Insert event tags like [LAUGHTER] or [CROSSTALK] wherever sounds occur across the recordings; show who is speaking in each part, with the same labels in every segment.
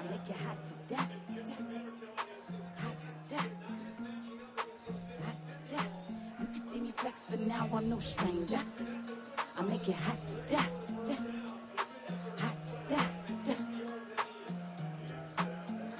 Speaker 1: I'll make you hot to death. to death. Hot to death. Hot to death. You can see me flex for now, I'm no stranger. I'll make you hot to death. to death. Hot to death. to death.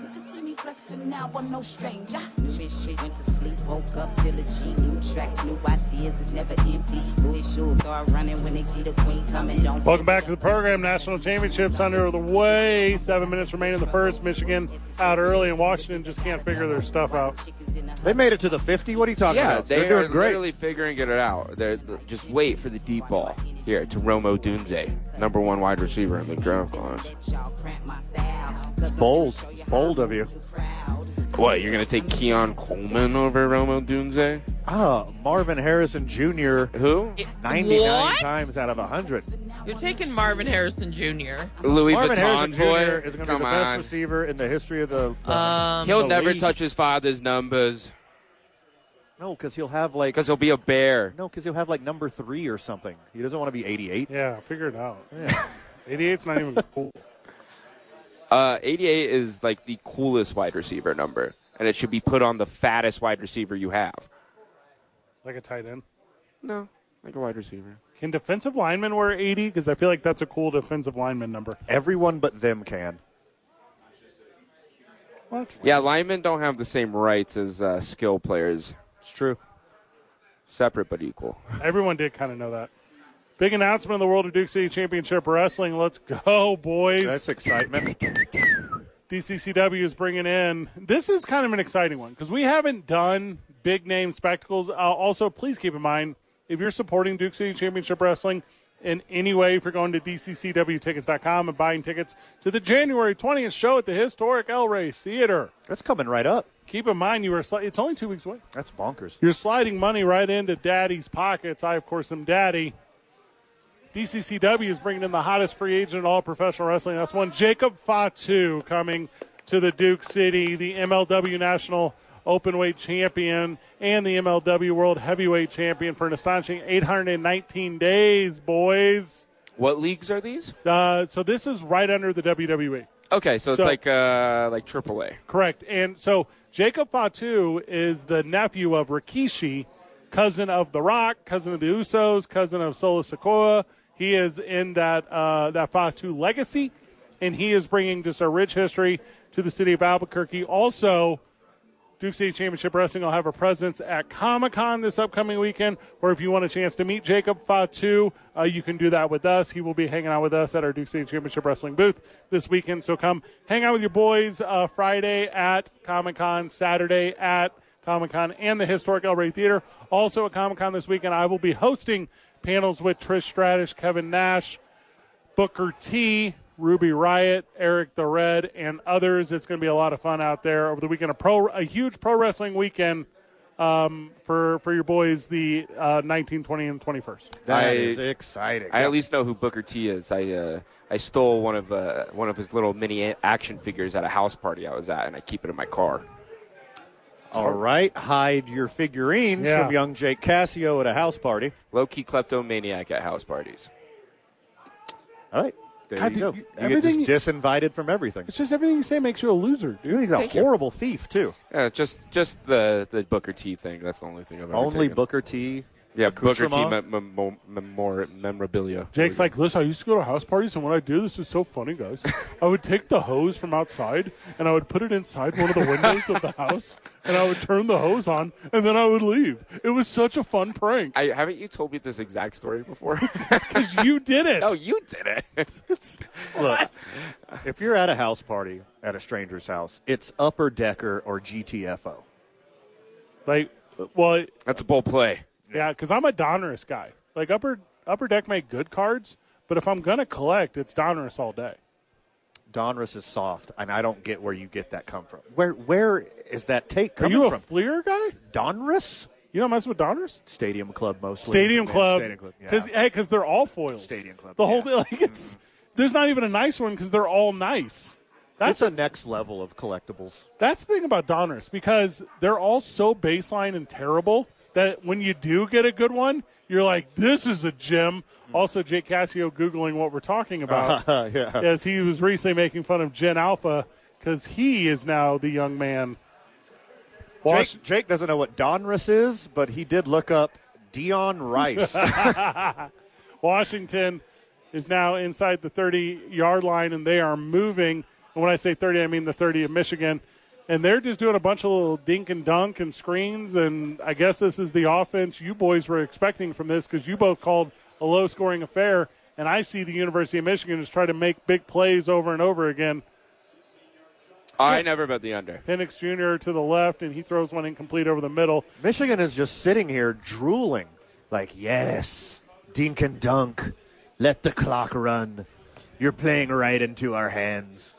Speaker 1: You can see me flex for now, I'm no stranger. New as shit, went to sleep, woke up, still a G. New tracks, new ideas, it's never empty. Boots shoes start running when they see the queen coming. Don't
Speaker 2: Welcome back to the program. National championships under the way. Seven minutes remain in the first. Michigan out early, and Washington just can't figure their stuff out.
Speaker 3: They made it to the 50. What are you talking
Speaker 4: Yeah,
Speaker 3: about?
Speaker 4: they
Speaker 3: are doing
Speaker 4: are
Speaker 3: great.
Speaker 4: literally figuring it out. They're just wait for the deep ball here to Romo Dunze, number one wide receiver in the draft class.
Speaker 3: It's bold. It's bold of you.
Speaker 4: What you're gonna take Keon Coleman over Romo Dunze?
Speaker 3: Ah, Marvin Harrison Jr.
Speaker 4: Who?
Speaker 3: 99
Speaker 5: What?
Speaker 3: times out of 100.
Speaker 5: You're taking Marvin Harrison Jr.
Speaker 4: Louis
Speaker 3: Marvin Harrison
Speaker 4: Vuitton
Speaker 3: Jr.
Speaker 4: boy.
Speaker 3: is going to be
Speaker 4: Come
Speaker 3: the best
Speaker 4: on, Uh,
Speaker 3: receiver in the history of the. the-
Speaker 5: Um,
Speaker 4: he'll
Speaker 3: the
Speaker 4: never
Speaker 3: league.
Speaker 4: touch his father's numbers
Speaker 3: No, because he'll have like.
Speaker 4: because he'll be a bear.
Speaker 3: No, because he'll have like number three or something. He doesn't want to be 88.
Speaker 2: Yeah, figure it out. 88's not even cool.
Speaker 4: Uh, 88 is like the coolest wide receiver number, and it should be put on the fattest wide receiver you have.
Speaker 2: Like a tight end.
Speaker 4: No, like a wide receiver.
Speaker 2: Can defensive linemen wear 80? Because I feel like that's a cool defensive lineman number.
Speaker 3: Everyone but them can.
Speaker 2: What?
Speaker 4: Yeah, linemen don't have the same rights as uh, skill players.
Speaker 3: It's true.
Speaker 4: Separate but equal.
Speaker 2: Everyone did kind of know that. Big announcement of the World of Duke City Championship Wrestling. Let's go, boys.
Speaker 3: That's excitement.
Speaker 2: DCCW is bringing in. This is kind of an exciting one because we haven't done big name spectacles. Uh, also, please keep in mind if you're supporting Duke City Championship Wrestling in any way, if you're going to DCCWtickets.com and buying tickets to the January 20th show at the historic El Rey Theater,
Speaker 3: That's coming right up.
Speaker 2: keep in mind you are sli- it's only two weeks away.
Speaker 3: That's bonkers.
Speaker 2: You're sliding money right into daddy's pockets. I, of course, am daddy. DCCW is bringing in the hottest free agent in all professional wrestling. That's one Jacob Fatu coming to the Duke City, the MLW National Openweight Champion and the MLW World Heavyweight Champion for an astonishing 819 days, boys.
Speaker 4: What leagues are these?
Speaker 2: Uh, so this is right under the E. WWE.
Speaker 4: Okay, so it's
Speaker 2: So-
Speaker 4: like uh, like AAA.
Speaker 2: Correct. And so Jacob Fatu is the nephew of Rikishi, cousin of The Rock, cousin of the Usos, cousin of Solo Sokoa. He is in that uh, that Fatu legacy, and he is bringing just a rich history to the city of Albuquerque. Also, Duke City Championship Wrestling will have a presence at Comic Con this upcoming weekend. Or if you want a chance to meet Jacob Fatu, uh, you can do that with us. He will be hanging out with us at our Duke City Championship Wrestling booth this weekend. So come hang out with your boys uh, Friday at Comic Con, Saturday at Comic Con, and the historic El Rey Theater. Also at Comic Con this weekend, I will be hosting panels with Trish Stratus, Kevin Nash, Booker T, Ruby Riot, Eric the Red, and others. It's going to be a lot of fun out there over the weekend. A pro, a huge pro wrestling weekend um, for for your boys, the uh, 19, 20, and 21st.
Speaker 4: I-
Speaker 3: That is exciting.
Speaker 4: I at least know who Booker T is. I uh, I stole one of uh, one of his little mini action figures at a house party I was at, and I keep it in my car.
Speaker 3: All right, hide your figurines
Speaker 2: Yeah.
Speaker 3: from young Jake Cassio at a house party.
Speaker 4: Low key kleptomaniac at house parties.
Speaker 3: All right, there
Speaker 2: God,
Speaker 3: you
Speaker 2: dude,
Speaker 3: go.
Speaker 2: you-
Speaker 3: You,
Speaker 2: everything-
Speaker 3: get just disinvited from everything.
Speaker 2: It's just everything you say makes you a loser, dude.
Speaker 3: He's a horrible thief too.
Speaker 4: Yeah, just just the the Booker T thing. That's the only thing I've ever
Speaker 3: Only
Speaker 4: taken.
Speaker 3: Booker T.
Speaker 4: Yeah, Booker T
Speaker 3: accoutrement?
Speaker 4: mem- mem- memor- memorabilia.
Speaker 2: Jake's like, listen, I used to go to house parties, and what I do, this is so funny, guys. I would take the hose from outside, and I would put it inside one of the windows of the house, and I would turn the hose on, and then I would leave. It was such a fun [LAUGHS] prank
Speaker 4: I haven't you told me this exact story before? [LAUGHS]
Speaker 2: because you did it.
Speaker 4: no, you did it. [LAUGHS]
Speaker 3: Look, if you're at a house party at a stranger's house, it's upper decker or GTFO.
Speaker 2: Like, well,
Speaker 4: That's a bold play.
Speaker 2: Yeah, because I'm a Donruss guy. Like upper upper deck make good cards, but if I'm gonna collect, it's Donruss all day.
Speaker 3: Donruss is soft, and I don't get where you get that come from. Where where is that take
Speaker 2: Are
Speaker 3: coming
Speaker 2: you a
Speaker 3: from?
Speaker 2: Fleer guy?
Speaker 3: Donruss
Speaker 2: You don't mess with Donners?
Speaker 3: Stadium Club mostly.
Speaker 2: Stadium
Speaker 3: Yeah,
Speaker 2: Club.
Speaker 3: Stadium Club. Yeah.
Speaker 2: Because hey, because they're all foils.
Speaker 3: Stadium Club,
Speaker 2: The whole
Speaker 3: yeah.
Speaker 2: [LAUGHS] like it's there's not even a nice one because they're all nice.
Speaker 3: That's a next level
Speaker 2: [LAUGHS]
Speaker 3: of collectibles.
Speaker 2: That's the thing about Donners because they're all so baseline and terrible that when you do get a good one, you're like, this is a gem.
Speaker 3: Mm-hmm.
Speaker 2: Also, Jake Cassio googling what we're talking
Speaker 3: Uh-huh.
Speaker 2: about
Speaker 3: yeah.
Speaker 2: [LAUGHS] as he was recently making fun of Gen Alpha because he is now the young man. Wash-
Speaker 3: Jake, Jake doesn't know what Donruss is, but he did look up Dion Rice.
Speaker 2: Washington is now inside the 30 yard line and they are moving. And when I say 30, I mean the 30 of Michigan. And they're just doing a bunch of little dink and dunk and screens. And I guess this is the offense you boys were expecting from this because you both called a low scoring affair. And I see the University of Michigan just try to make big plays over and over again.
Speaker 4: I never bet the under.
Speaker 2: Penix Jr. to the left, and he throws one incomplete over the middle.
Speaker 3: Michigan is just sitting here drooling, like, yes, dink and dunk, let the clock run. You're playing right into our hands.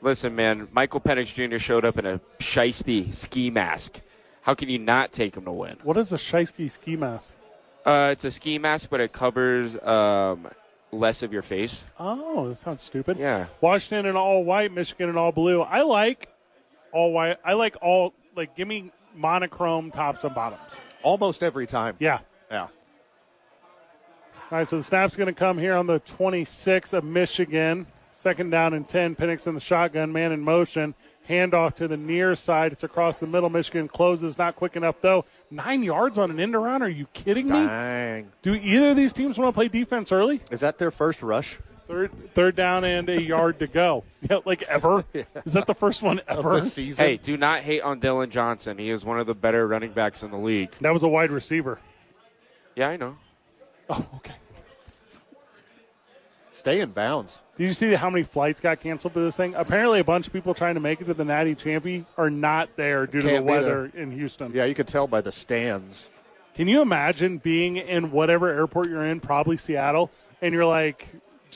Speaker 4: Listen, man, Michael Penix Jr. showed up in a shisty ski mask. How can you not take him to win?
Speaker 2: What is a Scheisky ski mask?
Speaker 4: Uh, it's a ski mask, but it covers um, less of your face.
Speaker 2: Oh, that sounds stupid.
Speaker 4: Yeah.
Speaker 2: Washington and all white, Michigan and all blue. I like all white. I like all like give me monochrome tops and bottoms.
Speaker 3: Almost every time.
Speaker 2: Yeah.
Speaker 3: Yeah.
Speaker 2: All right, so the snap's going to come here on the 26 of Michigan. Second down and 10. Penix in the shotgun, man in motion. Handoff to the near side. It's across the middle. Michigan closes, not quick enough though. Nine yards on an end around. Are you kidding me?
Speaker 3: Dang.
Speaker 2: Do either of these teams want to play defense early?
Speaker 3: Is that their first rush?
Speaker 2: Third, third down and a yard to go. [LAUGHS] Yeah, like ever. Is that the first one ever?
Speaker 3: season?
Speaker 4: Hey, do not hate on Dylan Johnson. He is one of the better running backs in the league.
Speaker 2: That was a wide receiver.
Speaker 4: Yeah, I know.
Speaker 2: Oh, okay.
Speaker 3: Stay in bounds.
Speaker 2: Did you see how many flights got canceled for this thing? Apparently, a bunch of people trying to make it to the Natty Champy are not there due to the
Speaker 3: Can't be
Speaker 2: weather in Houston.
Speaker 3: Yeah, you could tell by the stands.
Speaker 2: Can you imagine being in whatever airport you're in, probably Seattle, and you're like,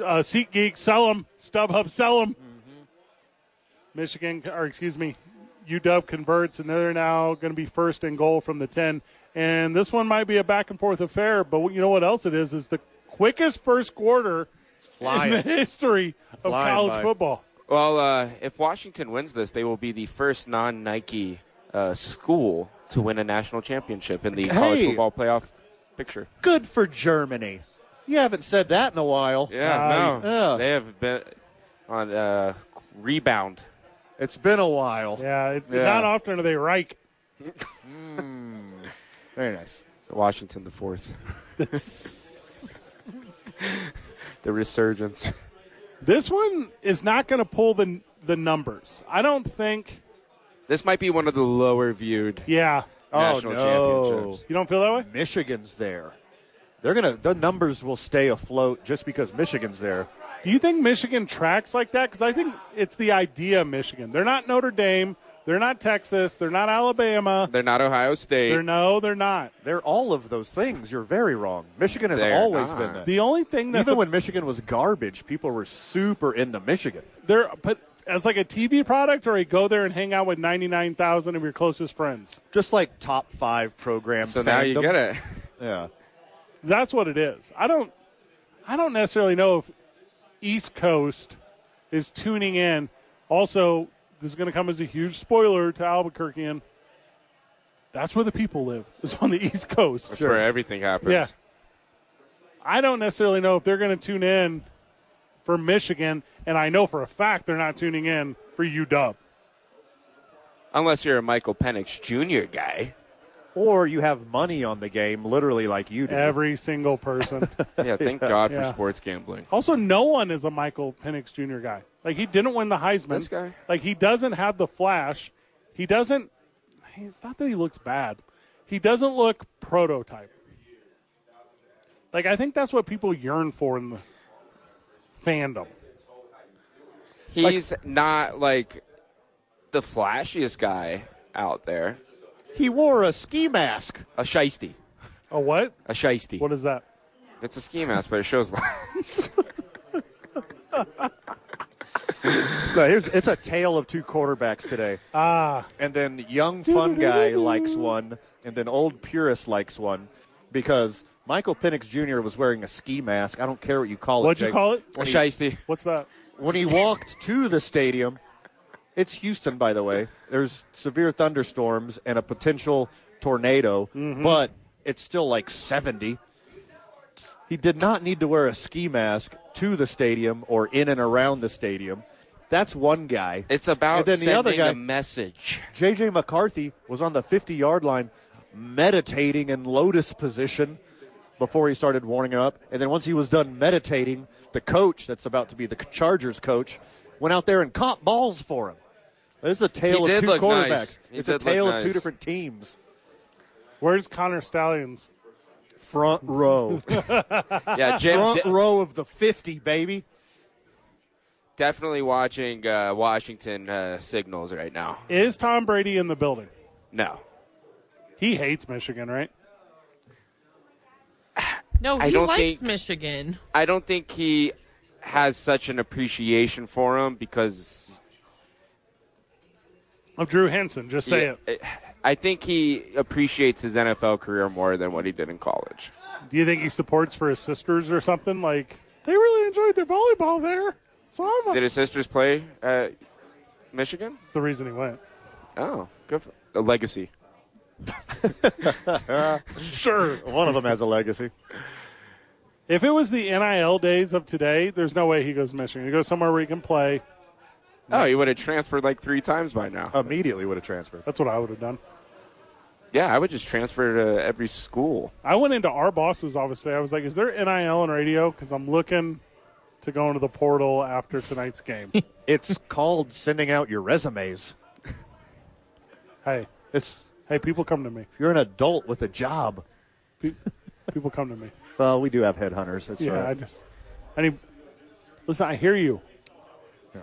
Speaker 2: uh, SeatGeek, sell them, StubHub, sell them.
Speaker 3: Mm-hmm.
Speaker 2: Michigan, or excuse me, UW converts, and they're now going to be first and goal from the 10. And this one might be a back and forth affair, but you know what else it is? Is the quickest first quarter in the
Speaker 3: Flying.
Speaker 2: history of
Speaker 3: Flying
Speaker 2: college
Speaker 3: by.
Speaker 2: football.
Speaker 4: Well, uh, if Washington wins this, they will be the first non Nike uh, school to win a national championship in the college
Speaker 3: Hey.
Speaker 4: football playoff picture.
Speaker 3: [LAUGHS] Good for Germany. You haven't said that in a while.
Speaker 4: Yeah,
Speaker 2: Uh,
Speaker 4: no.
Speaker 3: yeah.
Speaker 4: They have been on uh, rebound.
Speaker 3: It's been a while.
Speaker 2: Yeah, it,
Speaker 3: Yeah.
Speaker 2: not often are they right.
Speaker 3: Very nice.
Speaker 4: Washington the fourth. the resurgence.
Speaker 2: This one is not going to pull the the numbers. I don't think.
Speaker 4: This might be one of the lower viewed
Speaker 2: Yeah,
Speaker 4: national
Speaker 3: Oh, no.
Speaker 4: championships.
Speaker 2: you don't feel that way.
Speaker 3: Michigan's there. They're gonna. The numbers will stay afloat just because Michigan's there.
Speaker 2: Do you think Michigan tracks like that? Because I think it's the idea of Michigan. They're not Notre Dame. They're not Texas. They're not Alabama.
Speaker 4: They're not Ohio State.
Speaker 2: They're no, they're not.
Speaker 3: They're all of those things. You're very wrong. Michigan has
Speaker 4: They're
Speaker 3: always
Speaker 4: not.
Speaker 3: been that.
Speaker 2: The only thing that's
Speaker 3: Even when Michigan was garbage, people were super into Michigan.
Speaker 2: they're but as like a TV product or a go there and hang out with ninety nine thousand of your closest friends.
Speaker 3: Just like top five program.
Speaker 4: so now you
Speaker 3: fandom.
Speaker 4: get it.
Speaker 3: Yeah.
Speaker 2: That's what it is. I don't I don't necessarily know if East Coast is tuning in. Also, this is going to come as a huge spoiler to Albuquerque and that's where the people live. It's on the East Coast.
Speaker 4: That's where everything happens.
Speaker 2: Yeah. I don't necessarily know if they're going to tune in for Michigan, and I know for a fact they're not tuning in for UW.
Speaker 4: Unless you're a Michael Penix Jr. guy.
Speaker 3: Or you have money on the game, literally like you do.
Speaker 2: Every single person.
Speaker 4: Yeah, thank God for
Speaker 2: Yeah.
Speaker 4: sports gambling.
Speaker 2: Also, no one is a Michael Penix Jr. guy. Like he didn't win the Heisman.
Speaker 4: This guy?
Speaker 2: Like he doesn't have the flash. He doesn't. It's not that he looks bad. He doesn't look prototype. Like I think that's what people yearn for in the fandom.
Speaker 4: He's not like the flashiest guy out there.
Speaker 3: He wore a ski mask.
Speaker 4: A shisty.
Speaker 2: A what?
Speaker 4: A shisty.
Speaker 2: What is that?
Speaker 4: It's a ski mask, but it shows lines.
Speaker 3: No, here's, it's a tale of two quarterbacks today. Ah. And then young fun guy likes one, and then old purist likes one, because Michael Penix Jr. was wearing a ski mask. I don't care what you call it.
Speaker 2: What'd you
Speaker 3: Jake.
Speaker 2: call it?
Speaker 4: Or shiesty.
Speaker 2: What's that?
Speaker 3: When he walked to the stadium, it's Houston, by the way. There's severe thunderstorms and a potential tornado, but it's still like 70. He did not need to wear a ski mask to the stadium or in and around the stadium. That's one guy.
Speaker 4: It's about
Speaker 3: and then
Speaker 4: sending
Speaker 3: the other guy,
Speaker 4: a message.
Speaker 3: JJ McCarthy was on the 50 yard line meditating in lotus position before he started warming up. And then once he was done meditating, the coach that's about to be the Chargers coach went out there and caught balls for him. It's a tale
Speaker 4: He
Speaker 3: of
Speaker 4: did
Speaker 3: two
Speaker 4: look
Speaker 3: quarterbacks.
Speaker 4: nice. He
Speaker 3: It's
Speaker 4: did
Speaker 3: a
Speaker 4: look
Speaker 3: tale of
Speaker 4: nice.
Speaker 3: two different teams.
Speaker 2: Where's Connor Stallions?
Speaker 3: Front
Speaker 4: [LAUGHS]
Speaker 3: row.
Speaker 4: Yeah, Jim,
Speaker 3: Front row of the 50, baby.
Speaker 4: definitely watching uh, Washington uh, signals right now.
Speaker 2: Is Tom Brady in the building?
Speaker 4: No,
Speaker 2: He hates Michigan, right?
Speaker 5: No,
Speaker 4: I
Speaker 5: he
Speaker 4: don't
Speaker 5: likes
Speaker 4: think-
Speaker 5: Michigan.
Speaker 4: I don't think he has such an appreciation for him because
Speaker 2: Of Oh, Drew Henson. Just say it.
Speaker 4: I think he appreciates his NFL career more than what he did in college.
Speaker 2: Do you think he supports for his sisters or something? Like they really enjoyed their volleyball there. So I'm
Speaker 4: Did his sisters play at Michigan?
Speaker 2: that's the reason he went.
Speaker 4: Oh, good for the legacy.
Speaker 2: Sure.
Speaker 3: One of them has a legacy.
Speaker 2: If it was the NIL days of today, there's no way he goes to Michigan. He goes somewhere where he can play.
Speaker 4: Oh, he would have transferred like three times by now.
Speaker 3: Immediately would have transferred.
Speaker 2: That's what I would have done.
Speaker 4: Yeah, I would just transfer to every school.
Speaker 2: I went into our boss's office today. I was like, "Is there NIL and radio?" Because I'm looking to go into the portal after tonight's game.
Speaker 3: It's called sending out your resumes.
Speaker 2: hey,
Speaker 3: It's
Speaker 2: hey, people come to me.
Speaker 3: you're an adult with a job.
Speaker 2: Pe- People come to me.
Speaker 3: Well, we do have headhunters. uh, That's
Speaker 2: Yeah,
Speaker 3: right.
Speaker 2: I just, I need. Listen, I hear you.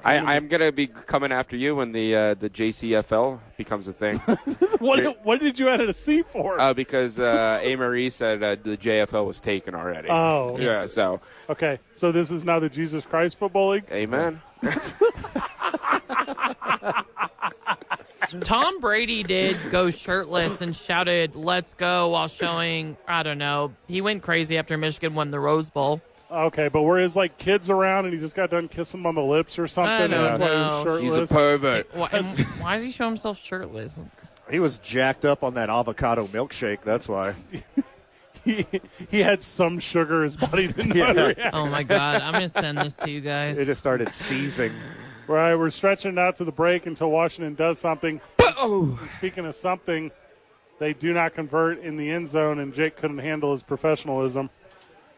Speaker 4: I, I'm gonna be coming after you when the uh, the JCFL becomes a thing,
Speaker 2: [LAUGHS] What, what did you edit a C for?
Speaker 4: uh, because
Speaker 2: [LAUGHS]
Speaker 4: uh, A. Marie said uh, the JFL was taken already.
Speaker 2: Oh.
Speaker 4: yeah. So,
Speaker 2: okay, so this is now the Jesus Christ Football League.
Speaker 4: amen.
Speaker 5: Tom Brady did go shirtless and shouted, "Let's go!" while showing. I don't know. He went crazy after Michigan won the Rose Bowl.
Speaker 2: Okay, but where his like kids around and he just got done kissing them on the lips or something.
Speaker 5: I
Speaker 2: and that's
Speaker 5: don't
Speaker 2: why he was
Speaker 5: know.
Speaker 4: He's a
Speaker 2: shirtless.
Speaker 4: pervert.
Speaker 5: Why, and why does he show himself shirtless?
Speaker 3: He was jacked up on that avocado milkshake. That's why.
Speaker 2: he, [LAUGHS] he had some sugar. His body didn't know how to react.
Speaker 5: Oh my god! I'm gonna send this to you
Speaker 3: It
Speaker 5: guys.
Speaker 3: just [LAUGHS] started seizing.
Speaker 2: Right, we're stretching it out to the break until Washington does something. And speaking of something, they do not convert in the end zone, and Jake couldn't handle his professionalism.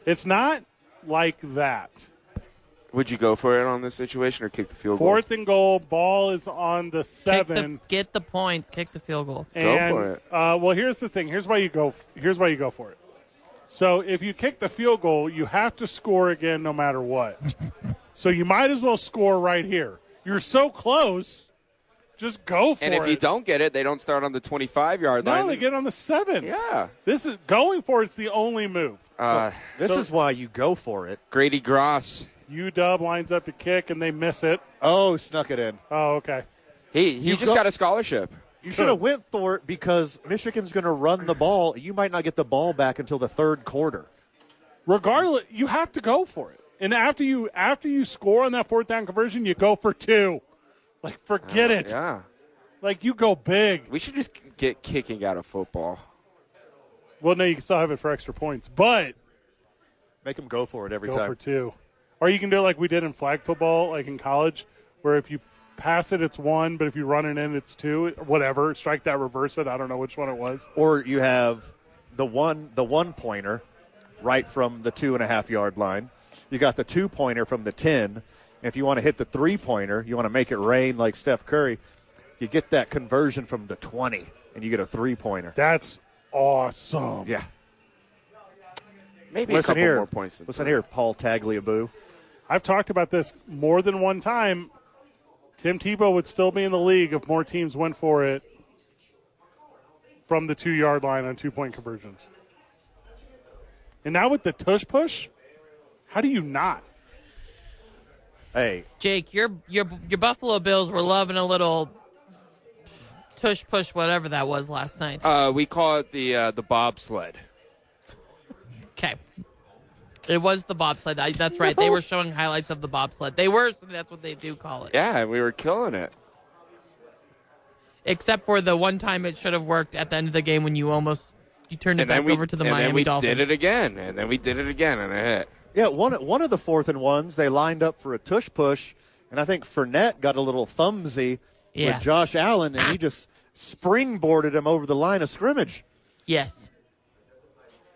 Speaker 2: It's not like that.
Speaker 4: Would you go for it on this situation or kick the field goal?
Speaker 2: Fourth and goal, ball is on the
Speaker 5: Kick
Speaker 2: seven.
Speaker 5: the, get the points. Kick the field goal.
Speaker 4: Go
Speaker 2: and,
Speaker 4: for it.
Speaker 2: Uh, well, here's the thing. Here's why you go. Here's why you go for it. So if you kick the field goal, you have to score again no matter what. so you might as well score right here. You're so close. Just go for
Speaker 4: And
Speaker 2: it.
Speaker 4: if you don't get it, they don't start on the 25 yard
Speaker 2: no,
Speaker 4: line.
Speaker 2: they get on the seven.
Speaker 4: yeah.
Speaker 2: This is going for it's the only move.
Speaker 4: Uh,
Speaker 3: This is why you go for it.
Speaker 4: Grady Gross.
Speaker 2: U Dub lines up to kick and they miss it.
Speaker 3: Oh, snuck it in.
Speaker 2: Oh, okay.
Speaker 4: He he
Speaker 3: You
Speaker 4: just
Speaker 3: go-
Speaker 4: got a scholarship.
Speaker 3: You [LAUGHS] should have went for it because Michigan's going to run the ball. You might not get the ball back until the third quarter.
Speaker 2: Regardless, you have to go for it. And after you after you score on that fourth down conversion, you go for two. Like
Speaker 3: Uh,
Speaker 2: forget it.
Speaker 4: Yeah.
Speaker 2: Like you go big.
Speaker 4: We should just get kicking out of football.
Speaker 2: Well, no, you can still have it for extra points, but
Speaker 3: Make them go for it every
Speaker 2: go
Speaker 3: time.
Speaker 2: for two. Or you can do it like we did in flag football, like in college, where if you pass it, it's one, but if you run it in, it's two. Whatever. Strike that, reverse it. I don't know which one it was.
Speaker 3: or you have the one the one pointer right from the two and a half yard line. You got the two pointer from the ten. If you want to hit the three pointer, you want to make it rain like Steph Curry. You get that conversion from the twenty, and you get a three pointer.
Speaker 2: That's awesome.
Speaker 3: Yeah.
Speaker 4: Maybe a
Speaker 3: Listen
Speaker 4: couple
Speaker 3: here.
Speaker 4: more points. Than
Speaker 3: Listen
Speaker 4: three.
Speaker 3: here, Paul Tagliabue.
Speaker 2: I've talked about this more than one time. Tim Tebow would still be in the league if more teams went for it from the two yard line on two point conversions. And now with the tush push, how do you not?
Speaker 3: Hey,
Speaker 5: Jake, your your your Buffalo Bills were loving a little tush push whatever that was last night.
Speaker 4: Uh, we call it the uh, the bobsled.
Speaker 5: Okay. It was the bobsled. I, that's right.
Speaker 4: [LAUGHS]
Speaker 5: They were showing highlights of the bobsled. They were, so that's what they do call it.
Speaker 4: Yeah, we were killing it.
Speaker 5: Except for the one time it should have worked at the end of the game when you almost you turned it
Speaker 4: And
Speaker 5: back
Speaker 4: then we
Speaker 5: over to the
Speaker 4: and
Speaker 5: Miami
Speaker 4: then we
Speaker 5: Dolphins.
Speaker 4: did it again, and then we did it again, and it hit.
Speaker 3: Yeah, one one of the fourth and ones they lined up for a tush push, and I think Fournette got a little thumbsy
Speaker 5: Yeah.
Speaker 3: with Josh Allen, and he just springboarded him over the line of scrimmage.
Speaker 5: Yes.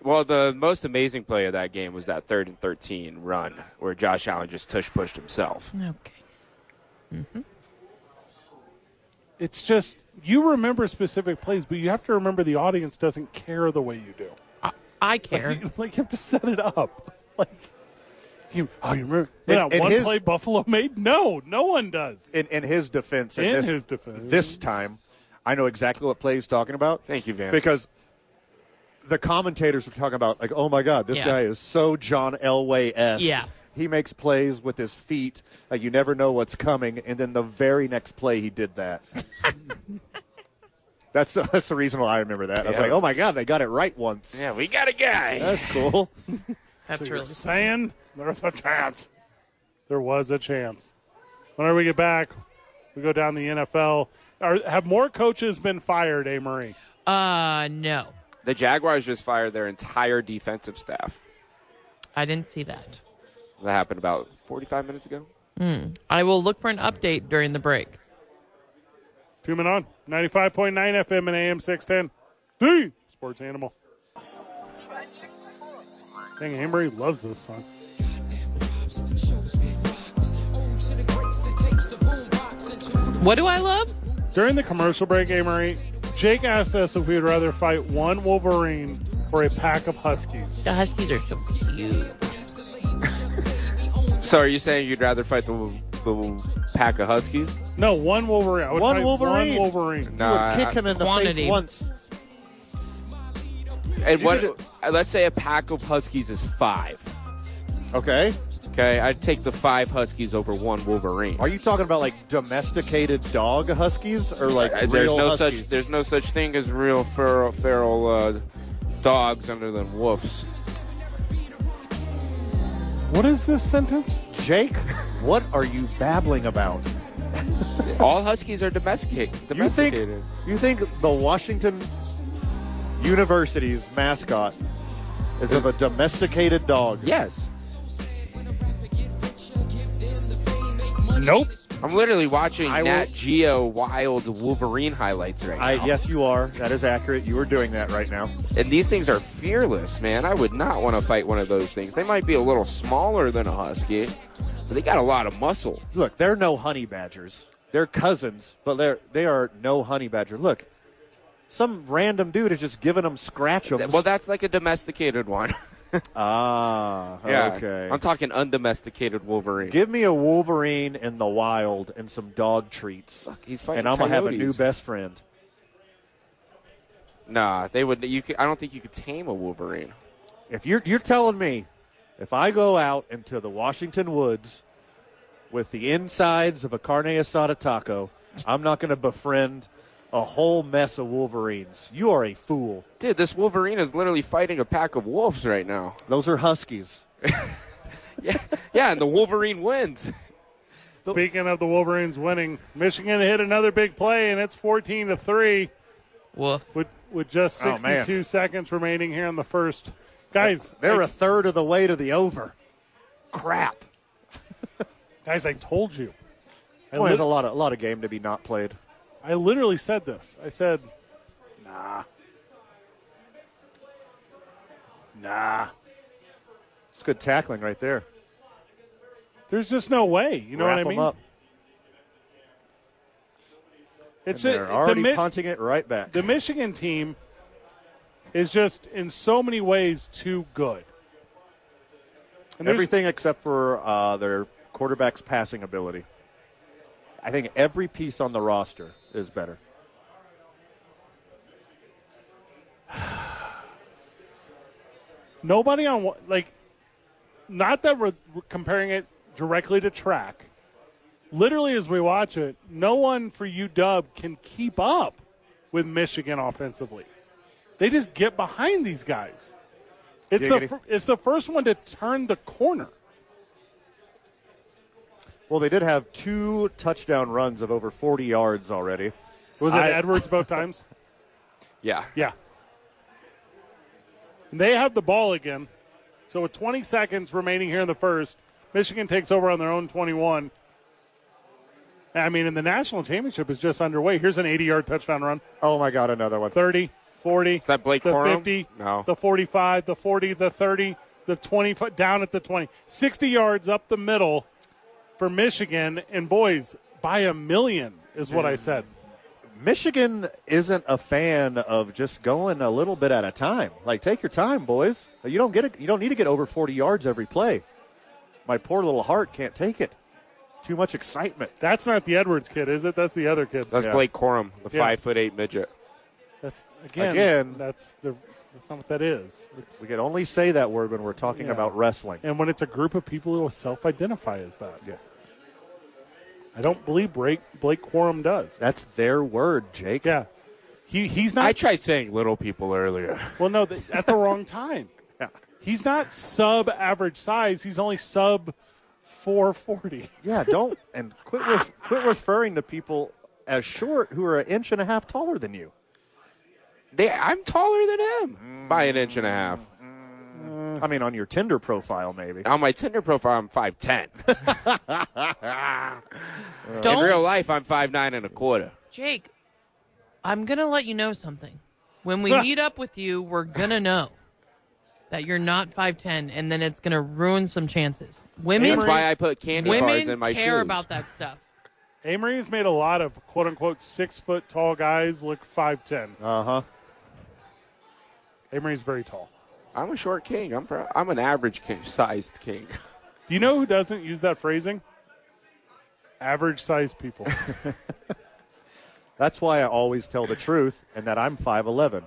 Speaker 4: Well, the most amazing play of that game was that third and thirteen run where Josh Allen just tush pushed himself.
Speaker 5: Okay.
Speaker 2: It's just you remember specific plays, but you have to remember the audience doesn't care the way you do. [LAUGHS]
Speaker 5: I, I
Speaker 2: Like, [LAUGHS]
Speaker 5: care.
Speaker 2: you, like, you have to set it up. Like you, oh, you remember
Speaker 3: And-
Speaker 2: that
Speaker 3: and
Speaker 2: one
Speaker 3: his-
Speaker 2: play Buffalo made? No, no one does.
Speaker 3: In, in his defense,
Speaker 2: In
Speaker 3: this,
Speaker 2: his defense.
Speaker 3: this time, I know exactly what play he's talking about.
Speaker 4: Thank you, Van.
Speaker 3: Because the commentators were talking about like, oh my god, this
Speaker 5: Yeah.
Speaker 3: guy is so John Elway esque.
Speaker 5: Yeah.
Speaker 3: He makes plays with his feet. Like you never know what's coming, and then the very next play he did
Speaker 4: [LAUGHS]
Speaker 3: that. that's that's the reason why I remember that. I was
Speaker 4: Yeah.
Speaker 3: like, oh my god, they got it right once.
Speaker 4: Yeah, we got a guy.
Speaker 3: That's cool.
Speaker 5: That's
Speaker 2: You're
Speaker 5: really
Speaker 2: saying there's a chance. There was a chance. Whenever we get back, we go down the NFL. Are, have more coaches been fired, A. Marie?
Speaker 5: Uh no.
Speaker 4: The Jaguars just fired their entire defensive staff.
Speaker 5: I didn't see that.
Speaker 4: That happened about 45 minutes ago.
Speaker 5: I will look for an update during the break.
Speaker 2: Two men on 95.9 FM and AM 610. The sports animal. Dang, A. Marie loves this song.
Speaker 5: What do I love?
Speaker 2: During the commercial break, A. Marie, Jake asked us if we would rather fight one Wolverine or a pack of Huskies.
Speaker 5: The Huskies are so cute.
Speaker 4: So, are you saying you'd rather fight the, the pack of Huskies?
Speaker 2: No, one Wolverine. I would
Speaker 3: One
Speaker 2: fight One
Speaker 3: Wolverine.
Speaker 2: Wolverine.
Speaker 4: No, I-
Speaker 3: you would kick him in the
Speaker 5: Quantity.
Speaker 3: face once.
Speaker 4: And what? Let's say a pack of Huskies is five.
Speaker 3: Okay.
Speaker 4: Okay, I'd take the five Huskies over one Wolverine.
Speaker 3: Are you talking about like domesticated dog huskies or like
Speaker 4: Uh,
Speaker 3: real
Speaker 4: there's no
Speaker 3: huskies?
Speaker 4: such there's no such thing as real feral, feral uh, dogs other than wolves.
Speaker 2: What is this sentence?
Speaker 3: Jake, what are you babbling about?
Speaker 4: All Huskies are domestic-
Speaker 3: You think
Speaker 4: domesticated.
Speaker 3: you think the Washington University's mascot is of a domesticated dog?
Speaker 4: yes,
Speaker 2: Nope.
Speaker 4: I'm literally watching
Speaker 3: I will-
Speaker 4: Nat Geo Wild Wolverine highlights right
Speaker 3: I,
Speaker 4: now.
Speaker 3: yes, you are. That is accurate. You are doing that right now.
Speaker 4: And these things are fearless, man. I would not want to fight one of those things. They might be a little smaller than a husky, but they got a lot of muscle.
Speaker 3: Look, they're no honey badgers. They're cousins, but they're they are no honey badger. Look, some random dude is just giving them scratch
Speaker 4: Well, that's like a domesticated one. [LAUGHS]
Speaker 3: ah,
Speaker 4: yeah.
Speaker 3: okay.
Speaker 4: I'm talking undomesticated Wolverine.
Speaker 3: Give me a Wolverine in the wild and some dog treats,
Speaker 4: Fuck, he's fighting
Speaker 3: and I'm gonna have a new
Speaker 4: coyotes.
Speaker 3: best friend.
Speaker 4: Nah, they would. You, could, I don't think you could tame a Wolverine.
Speaker 3: If you're you're telling me, if I go out into the Washington woods with the insides of a carne asada taco, I'm not going to befriend a whole mess of Wolverines. You are a fool.
Speaker 4: Dude, this Wolverine is literally fighting a pack of wolves right now.
Speaker 3: Those are huskies.
Speaker 4: Yeah, and the Wolverine wins.
Speaker 2: Speaking of the Wolverines winning, Michigan hit another big play, and it's 14 to three
Speaker 5: Woof.
Speaker 2: with with just
Speaker 3: Oh, man.
Speaker 2: 62 seconds remaining here in the first. Guys,
Speaker 3: They're
Speaker 2: I,
Speaker 3: a third of the way to the over. Crap.
Speaker 2: guys, I told you. I,
Speaker 3: Boy,
Speaker 2: lit-
Speaker 3: there's a lot of a lot of game to be not played.
Speaker 2: I literally said this. I said, nah, nah.
Speaker 3: It's good tackling right there.
Speaker 2: There's just no way. You know
Speaker 3: Wrap
Speaker 2: what I
Speaker 3: 'em
Speaker 2: mean?
Speaker 3: up. And
Speaker 2: It's
Speaker 3: they're
Speaker 2: a,
Speaker 3: already
Speaker 2: the, Mi-
Speaker 3: punting it right back.
Speaker 2: the Michigan team is just in so many ways too good. And there's-
Speaker 3: Everything except for uh, their quarterback's passing ability. I think every piece on the roster is better.
Speaker 2: Nobody on wa- like, not that we're comparing it directly to track. Literally, as we watch it, no one for UW can keep up with Michigan offensively. They just get behind these guys. It's the,
Speaker 3: Giggity.
Speaker 2: fir- it's the first one to turn the corner.
Speaker 3: Well, they did have two touchdown runs of over 40 yards already.
Speaker 2: Was it
Speaker 3: I-
Speaker 2: Edwards both [LAUGHS] times?
Speaker 4: Yeah.
Speaker 2: Yeah. And they have the ball again. So with 20 seconds remaining here in the first, Michigan takes over on their own 21. I mean, and the national championship is just underway. Here's an 80-yard touchdown run.
Speaker 3: Oh my God, another one.
Speaker 2: 30, 40. Is
Speaker 4: that Blake
Speaker 2: The
Speaker 4: Corum?
Speaker 2: 50,
Speaker 4: No.
Speaker 2: the 45, the 40, the 30, the 20, foot down at the 20. 60 yards up the middle for Michigan. And, boys, by a million is what
Speaker 4: Mm.
Speaker 2: I said.
Speaker 3: Michigan isn't a fan of just going a little bit at a time. Like, take your time, boys. You don't get it. You don't need to get over 40 yards every play. My poor little heart can't take it. Too much excitement.
Speaker 2: That's not the Edwards kid, is it? That's the other kid.
Speaker 4: That's
Speaker 3: Yeah.
Speaker 4: Blake Corum, the
Speaker 2: Yeah.
Speaker 4: five foot eight midget.
Speaker 2: That's again.
Speaker 3: Again.
Speaker 2: That's the, that's not what that is. It's
Speaker 3: We can only say that word when we're talking
Speaker 2: Yeah.
Speaker 3: about wrestling.
Speaker 2: and when it's a group of people who self-identify as that.
Speaker 3: Yeah.
Speaker 2: I don't believe Blake Blake Quorum does.
Speaker 3: That's their word, Jake.
Speaker 2: Yeah. He he's
Speaker 4: I
Speaker 2: not.
Speaker 4: tried saying little people earlier.
Speaker 2: well, no, th- at the wrong time.
Speaker 3: [LAUGHS] Yeah.
Speaker 2: He's not sub-average size. He's only sub 440.
Speaker 3: Yeah, don't and quit ref, quit referring to people as short who are an inch and a half taller than you.
Speaker 4: They, I'm taller than him by an inch and a half.
Speaker 3: I mean, on your Tinder profile, maybe.
Speaker 4: On my Tinder profile, I'm five ten. In
Speaker 5: Don't
Speaker 4: real life, I'm five nine and a quarter.
Speaker 5: Jake, I'm going to let you know something. When we meet up with you, we're going to know that you're not 5'10, and then it's going to ruin some chances. Women,
Speaker 4: That's why I put candy bars
Speaker 5: women
Speaker 4: in my
Speaker 5: care
Speaker 4: shoes.
Speaker 5: about that
Speaker 2: [LAUGHS]
Speaker 5: stuff.
Speaker 2: Amory has made a lot of quote unquote six foot tall guys look five ten.
Speaker 3: Uh huh.
Speaker 2: Amory's very tall.
Speaker 4: I'm a short king. I'm pro- I'm an average king, sized king.
Speaker 2: Do you know who doesn't use that phrasing? Average sized
Speaker 3: [LAUGHS]
Speaker 2: people.
Speaker 3: That's why I always tell the truth and that I'm 5'11.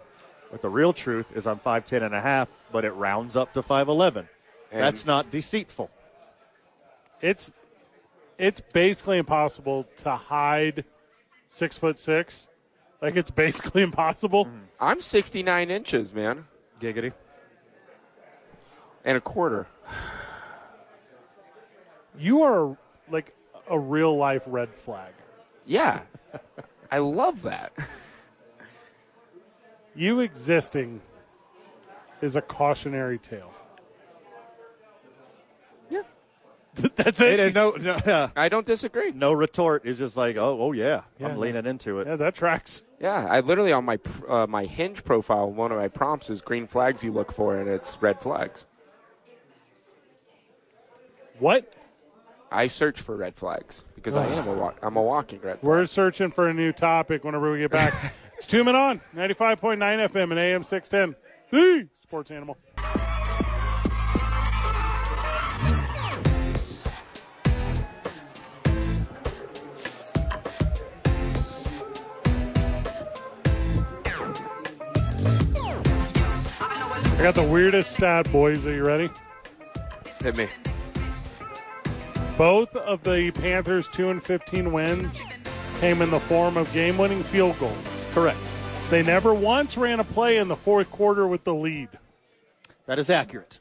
Speaker 3: But the real truth is I'm 5'10 and a half, but it rounds up to 5'11. That's not deceitful.
Speaker 2: it's it's basically impossible to hide six foot six. Like it's [LAUGHS] basically impossible.
Speaker 4: I'm 69 inches, man,
Speaker 3: Giggity.
Speaker 4: and a quarter.
Speaker 2: You are like a real life red flag.
Speaker 4: Yeah, I love that.
Speaker 2: You existing is a cautionary tale.
Speaker 4: Yeah,
Speaker 2: [LAUGHS] That's
Speaker 3: They
Speaker 2: it.
Speaker 3: didn't- no, no, [LAUGHS] yeah.
Speaker 4: I don't disagree.
Speaker 3: no retort is just like, oh, oh yeah,
Speaker 2: Yeah.
Speaker 3: I'm leaning into it.
Speaker 2: Yeah, that tracks.
Speaker 4: Yeah, I literally on my pr- uh, my Hinge profile, one of my prompts is green flags you look for, and it's red flags.
Speaker 2: What?
Speaker 4: I search for red flags because I am a walk- I'm a walking red. Flag.
Speaker 2: We're searching for a new topic whenever we get back. it's two men on 95.9 FM and AM 610. The sports animal. I got the weirdest stat, boys. Are you ready?
Speaker 4: Hit me.
Speaker 2: Both of the Panthers' 2 and 15 wins came in the form of game winning field goals.
Speaker 3: Correct.
Speaker 2: They never once ran a play in the fourth quarter with the lead.
Speaker 3: That is accurate.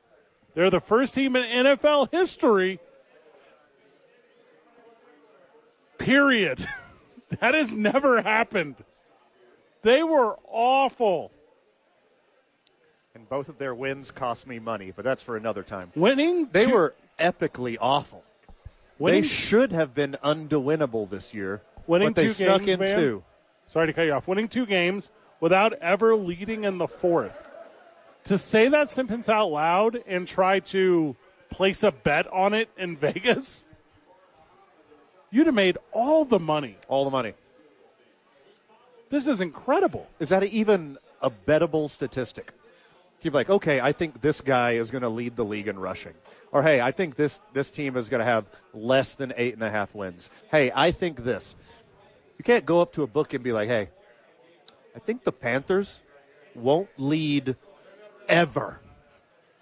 Speaker 2: They're the first team in NFL history. Period. [LAUGHS] That has never happened. They were awful.
Speaker 3: And both of their wins cost me money, but that's for another time.
Speaker 2: Winning
Speaker 3: They
Speaker 2: two-
Speaker 3: were epically awful.
Speaker 2: winning,
Speaker 3: They should have been undewinnable this year,
Speaker 2: Winning
Speaker 3: but they
Speaker 2: two
Speaker 3: snuck
Speaker 2: games,
Speaker 3: in
Speaker 2: man.
Speaker 3: two.
Speaker 2: sorry to cut you off. Winning two games without ever leading in the fourth. To say that sentence out loud and try to place a bet on it in [LAUGHS] Vegas, you'd have made all the money.
Speaker 3: All the money.
Speaker 2: This is incredible.
Speaker 3: Is that even a bettable statistic? You're like, okay, I think this guy is going to lead the league in rushing, or hey, I think this this team is going to have less than eight and a half wins. Hey, I think this. You can't go up to a book and be like, hey, I think the Panthers won't lead ever,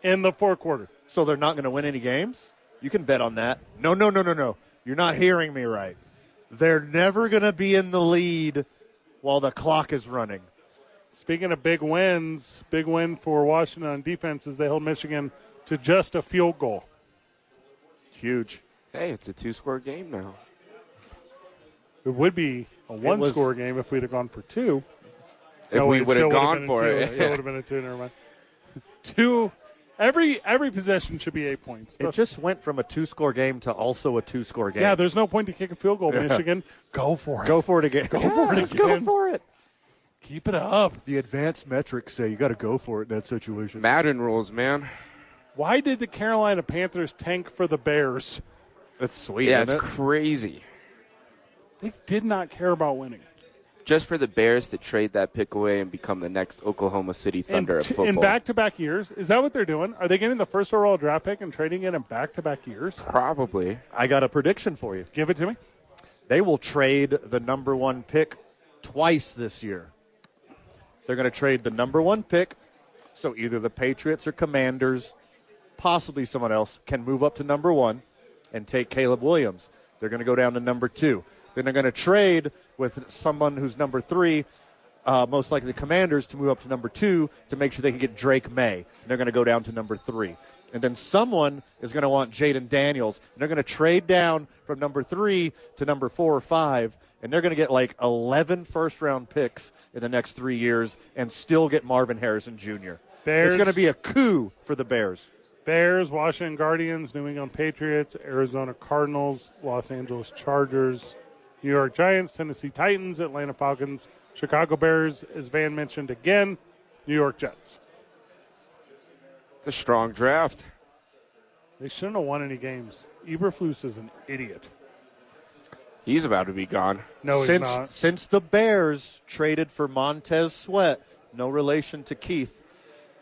Speaker 2: in the fourth quarter.
Speaker 3: so they're not going to win any games. You can bet on that. No, no, no, no, no. You're not hearing me right. They're never going to be in the lead while the clock is running.
Speaker 2: Speaking of big wins, big win for Washington on defense is they held Michigan to just a field goal.
Speaker 3: Huge.
Speaker 4: Hey, it's a two-score game now.
Speaker 2: It would be a one-score
Speaker 3: was-
Speaker 2: game if we'd have gone for two.
Speaker 4: If
Speaker 2: No,
Speaker 4: we
Speaker 2: Oh, it
Speaker 4: would
Speaker 2: still
Speaker 4: have
Speaker 2: would've
Speaker 4: gone
Speaker 2: been a
Speaker 4: for
Speaker 2: two.
Speaker 4: it,
Speaker 2: still would have been a two. Never mind. Two. Every every possession should be eight points.
Speaker 3: It
Speaker 2: That's-
Speaker 3: just went from a two score game to also a two score game.
Speaker 2: yeah. There's no point to kick a
Speaker 4: [LAUGHS]
Speaker 2: field goal, Michigan. Go for it.
Speaker 3: go for it [LAUGHS] again. Go for it
Speaker 2: just
Speaker 3: again.
Speaker 2: go
Speaker 3: for it.
Speaker 2: Keep it up.
Speaker 3: The advanced metrics say you got to go for it in that situation.
Speaker 4: [LAUGHS] Madden rules, man.
Speaker 2: Why did the Carolina Panthers tank for the Bears?
Speaker 3: That's sweet.
Speaker 4: Yeah, it's
Speaker 3: isn't it?
Speaker 4: crazy.
Speaker 2: They did not care about winning.
Speaker 4: Just for the Bears to trade that pick away and become the next Oklahoma City Thunder
Speaker 2: in,
Speaker 4: of
Speaker 2: t-
Speaker 4: football.
Speaker 2: in back-to-back years, is that what they're doing? Are they getting the first overall draft pick and trading it in back-to-back years?
Speaker 4: Probably.
Speaker 3: I got a prediction for you.
Speaker 2: Give it to me.
Speaker 3: They will trade the number one pick twice this year. They're going to trade the number one pick, so either the Patriots or Commanders, possibly someone else, can move up to number one and take Caleb Williams. They're going to go down to number two. Then they're going to trade with someone who's number three, uh, most likely the Commanders, to move up to number two to make sure they can get Drake May. And they're going to go down to number three. And then someone is going to want Jaden Daniels. And they're going to trade down from number three to number four or five. And they're going to get like 11 first round picks in the next three years and still get Marvin Harrison Jr.
Speaker 2: Bears.
Speaker 3: It's going to be a coup for the Bears.
Speaker 2: Bears, Washington Guardians, New England Patriots, Arizona Cardinals, Los Angeles Chargers, New York Giants, Tennessee Titans, Atlanta Falcons, Chicago Bears, as Van mentioned again, New York Jets.
Speaker 4: It's a strong draft.
Speaker 2: They shouldn't have won any games. Eberflus is an idiot.
Speaker 4: He's about to be gone.
Speaker 2: No, he's
Speaker 3: since
Speaker 2: not.
Speaker 3: since the Bears traded for Montez Sweat, no relation to Keith,